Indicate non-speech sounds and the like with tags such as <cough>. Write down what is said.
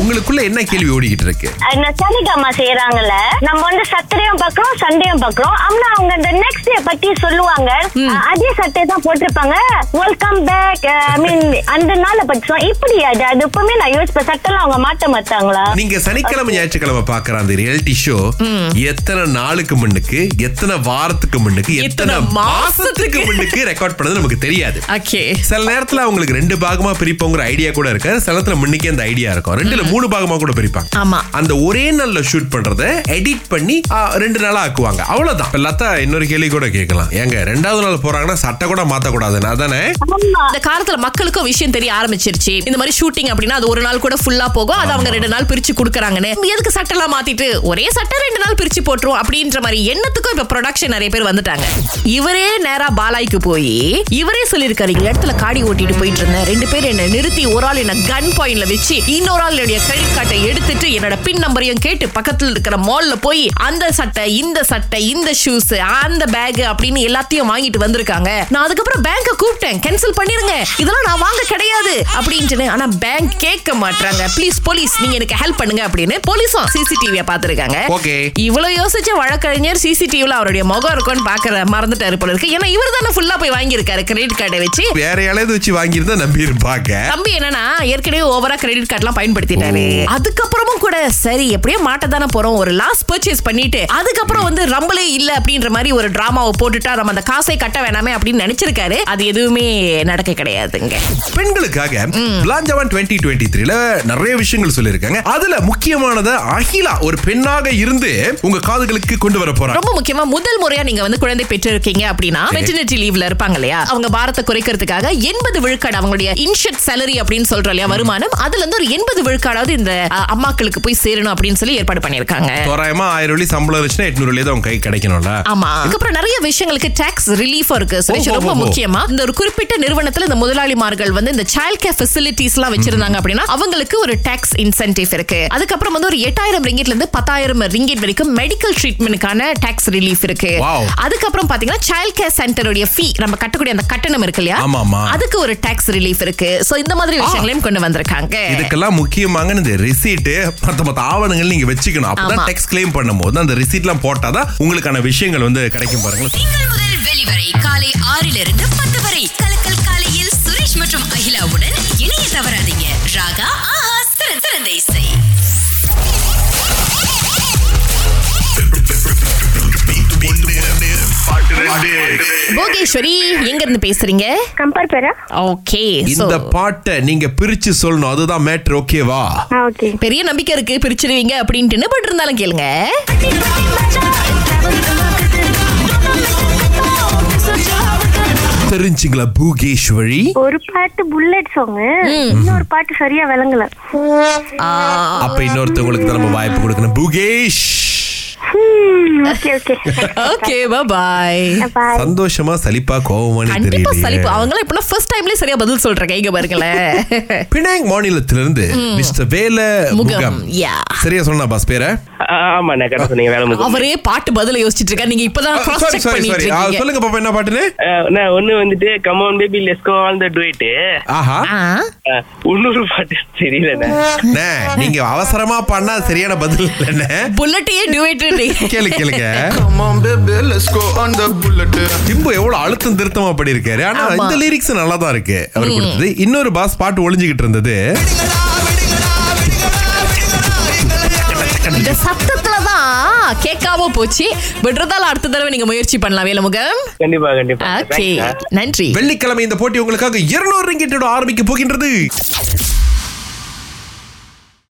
உங்களுக்குள்ள என்ன கேள்வி ஓடிக்கிட்டு இருக்கு அந்த சனிகாமா செய்யறாங்கல்ல நம்ம வந்து சட்டரையும் பாக்குறோம் சண்டையும் பாக்குறோம் ஆனா அவங்க இந்த நெக்ஸ்ட் டே பத்தி சொல்லுவாங்க அஹ் அதே சட்டை தான் போட்டிருப்பாங்க வெல்கம் பேக் ஐ மீன் அந்த நாளை பத்தி சொல்லுவாங்க. இப்படி அது அது எப்பவுமே நான் யோசிப்பேன் சட்டெல்லாம் அவங்க மாட்ட மாட்டாங்களா நீங்க சனிக்கிழமை ஞாயிற்றுக்கிழமை பாக்குற அந்த ரியாலிட்டி ஷோ எத்தனை நாளுக்கு முன்னுக்கு எத்தனை வாரத்துக்கு முன்னுக்கு எத்தனை எத்தனை மாசத்துக்கு முன்னுக்கு ரெக்கார்ட் பண்ணது நமக்கு தெரியாது ஓகே சில நேரத்துல அவங்களுக்கு ரெண்டு பாகமா பிரிப்போங்கிற ஐடியா கூட இருக்காது சில நேரத்துல முன்னுக்கே அந்த ஐடியா இருக்கும் ரெண்டுல மூணு பாகமா கூட பிரிப்பாங்க ஆமா. அந்த ஒரே நாள்ல ஷூட் பண்றத எடிட் பண்ணி ஆ, ரெண்டு நாளா ஆக்குவாங்க அவ்வளவுதான் இப்ப லதா இன்னொரு கேள்வி கூட கேட்கலாம் ஏங்க ரெண்டாவது நாள் போறாங்கன்னா சட்டை கூட மாத்த கூடாதுன்னு அதானே ஆமா இந்த காலத்துல மக்களுக்கும் விஷயம் தெரிய ஆரம்பிச்சிருச்சு இந்த மாதிரி ஷூட்டிங் அப்படின்னா அது ஒரு நாள் கூட ஃபுல்லா போகும் அது அவங்க ரெண்டு நாள் பிரிச்சு கொடுக்குறாங்கன்னு எதுக்கு சட்டெல்லாம் மாத்திட்டு ஒரே சட்டை ரெண்டு நாள் பிரிச்சு போட்டுரும் அப்படின்ற மாதிரி எண்ணத்துக்கும் இப்ப ப்ரொடக்ஷன் நிறைய பேர் வந்துட்டாங்க இவரே நேரா பாலாய்க்கு போய் இவரே சொல்லியிருக்காரு இந்த இடத்துல காடி ஓட்டிட்டு போயிட்டு இருந்தேன் ரெண்டு பேர் என்ன நிறுத்தி ஒரு ஆள் என்ன கன் பாயிண்ட்ல வச்சு இன்னொரு ஆள் என்னுடைய கிரெடிட் கார்டை எடுத்துட்டு என்னோட பின் நம்பரையும் கேட்டு பக்கத்துல இருக்கிற மால்ல போய் அந்த சட்டை இந்த சட்டை இந்த ஷூஸ் அந்த பேக் அப்படின்னு எல்லாத்தையும் வாங்கிட்டு வந்திருக்காங்க நான் அதுக்கப்புறம் பேங்க கூப்பிட்டேன் கேன்சல் பண்ணிருங்க இதெல்லாம் நான் வாங்க கிடையாது அப்படின்ட்டு ஆனா பேங்க் கேட்க மாட்டாங்க ப்ளீஸ் போலீஸ் நீங்க எனக்கு ஹெல்ப் பண்ணுங்க அப்படின்னு போலீஸும் சிசிடிவியை பார்த்திருக்காங்க Okay. இவ்வளவு யோசிச்ச வழக்கறிஞர் சிசிடிவில அவருடைய முகம் இருக்கும்னு பாக்குற மறந்துட்டாரு போல இருக்கு ஏன்னா இவர் தானே ஃபுல்லா போய் வாங்கியிருக்காரு கிரெடிட் கார்டை வச்சு வேற யாரையாவது வச்சு வாங்கியிருந்தா நம்பி இருப்பாங்க தம்பி என்னன்னா ஏற்கனவே ஓவரா கிரெடிட் கார்ட்லாம் பயன்படுத்திட்டாரு அதுக்கப்புறமும் கூட சரி எப்படியோ மாட்டதானே போறோம் ஒரு லாஸ்ட் பர்ச்சேஸ் பண்ணிட்டு அதுக்கப்புறம் வந்து ரம்பலே இல்ல அப்படின்ற மாதிரி ஒரு டிராமாவை போட்டுட்டா நம்ம அந்த காசை கட்ட வேணாமே அப்படின்னு நினைச்சிருக்காரு அது எதுவுமே நடக்க கிடையாதுங்க பெண்களுக்காக பிளாஞ்சவான் டுவெண்ட்டி டுவெண்ட்டி த்ரீல நிறைய விஷயங்கள் சொல்லியிருக்காங்க அதுல முக்கியமானதை அகிலா ஒரு பெண்ணாக இருந்து உங்க காதுகளுக்கு கொண்டு வர போறாங்க ரொம்ப முக்கியமா முதல் முறையா நீங்க வந்து குழந்தை பெற்றிருக்கீங்க அப்படின்னா மெட்டினிட்டி லீவ்ல இருப்பாங்க இல்லையா அவங்க பாரத்தை குறைக்கிறதுக்காக எண்பது விழுக்காடு அவங்களுடைய இன்ஷட் salary அப்படின்னு சொல்றோம் இல்லையா வருமானம் அதுல இருந்து ஒரு எண்பது விழுக்காடாவது இந்த அஹ், அம்மாக்களுக்கு போய் சேரணும் அப்படின்னு சொல்லி ஏற்பாடு பண்ணியிருக்காங்க தோராயமா ஆயிரம் வெள்ளி சம்பளம் இருந்துச்சுன்னா எட்நூறு வெள்ளி தான் உங்க கை கிடைக்கணும்ல ஆமா அதுக்கப்புறம் நிறைய விஷயங்களுக்கு டாக்ஸ் ரிலீஃபா இருக்கு சுரேஷ் ஓ, ஓ, ரொம்ப ஓ. முக்கியமா இந்த ஒரு குறிப்பிட்ட நிறுவனத்துல இந்த முதலாளிமார்கள் வந்து இந்த சைல்ட் கேர் ஃபெசிலிட்டிஸ் எல்லாம் வச்சிருந்தாங்க அப்படின்னா அவங்களுக்கு ஒரு டாக்ஸ் இன்சென்டிவ் இருக்கு அதுக்கப்புறம் வந்து ஒரு எட்டாயிரம் ரிங்கிட்ல இருந்து பத்தாயிரம் ரிங்கிட் வரைக்கும் மெடிக்கல் ட்ரீட்மெண்ட்க்கான டாக்ஸ் ரிலீஃப் இருக்கு Wow. அதுக்கப்புறம் பாத்தீங்கன்னா சைல்ட் கேர் சென்டருடைய ஃபீ நம்ம கட்டக்கூடிய அந்த கட்டணம் இருக்கு இல்லையா ஆமா, ஆமா. அதுக்கு ஒரு டாக்ஸ் ரிலீஃப் இருக்கு சோ இந்த மாதிரி விஷயங்களையும் கொண்டு வந்திருக்காங்க இதுக்கெல்லாம் முக்கியமாக இந்த ரிசீட் மத்த மத்த ஆவணங்கள் நீங்க வச்சுக்கணும் அப்பதான் ஆமா. டெக்ஸ் கிளைம் பண்ணும்போது அந்த ரிசீட்லாம் போட்டாதான் உங்களுக்கான விஷயங்கள் வந்து கிடைக்கும் பாருங்களேன் திங்கள் முதல் வெளிவரை காலை ஆறிலிருந்து பத்து வரை கலக்கல் காலையில் சுரேஷ் மற்றும் அகிலாவுடன் இணைய தவறாதீங்க ராகா ஆஹா சிறந்த சிறந்த இசை போகேஸ்வரி எங்க இருந்து பேசுறீங்க கம்பேர் பேரா ஓகே இந்த பாட்டை நீங்க பிரிச்சு சொல்லணும் அதுதான் மேட்ரு ஓகேவா ஓகே பெரிய நம்பிக்கை இருக்கு பிரிச்சிருவீங்க அப்படின்ட்டு பட் இருந்தாலும் கேளுங்க தெரிஞ்சுங்களா பூகேஸ்வரி ஒரு பாட்டு புல்லட் சாங் இன்னொரு பாட்டு சரியா விளங்கல அப்ப இன்னொருத்தவங்களுக்கு தான் நம்ம வாய்ப்பு கொடுக்கணும் பூகேஷ் ஓகே ஓகே ஓகே பாய் சந்தோஷமா சலிப்பா கோவமானே கண்டிப்பா சலிப்பு தெரியல அவங்களாம் இப்பெல்லாம் ஃபர்ஸ்ட் டைம்லயே சரியா பதில் சொல்றாங்க இங்க பாருங்களேன் பினாங் மாநிலத்திலிருந்து மிஸ்டர் வேல முகம். முகம் Yeah. சரியா சொன்னா பாஸ் பேர ஆமா நான் கரெக்டா சொன்னீங்க வேலை முடிஞ்சு. அவரே பாட்டு பதில யோசிச்சிட்டு இருக்காரு நீங்க இப்பதான் cross சாரி check சாரி பண்ணிட்டு சாரி இருக்கீங்க சொல்லுங்க பாப்பா என்ன பாட்டுன்னு அஹ், நான் ஒண்ணு வந்துட்டு come on baby let's go all the duet ஆஹா ஆ, இன்னொரு பாட்டு தெரியலண்ணே அண்ணே, நீங்க அவசரமா பண்ணா அது சரியான பதில் இல்லைண்ணே புல்லட்டையே டிவைட் கேளு <laughs> கேளுங்க Come on, baby, let's go on the bullet. Thimphu எவ்வளவு அழுத்தம் திருத்தமா பண்ணிருக்காரு ஆனா ஆமா. இந்த லிரிக்ஸ் நல்லா தான் இருக்கு அவர் கொடுத்தது இன்னொரு பாஸ் பாட்டு ஒளிஞ்சுகிட்டு இருந்தது இந்த சத்தத்துல தான் கேட்காம போச்சு பட் இருந்தாலும் அடுத்த தடவை நீங்க முயற்சி பண்ணலாம் வேலமுகம் கண்டிப்பா கண்டிப்பா ஓகே Thanks, அண்ணா. நன்றி வெள்ளிக்கிழமை இந்த போட்டி உங்களுக்காக இருநூறு ரிங்கிட்டோட ஆரம்பிக்க போகின்றது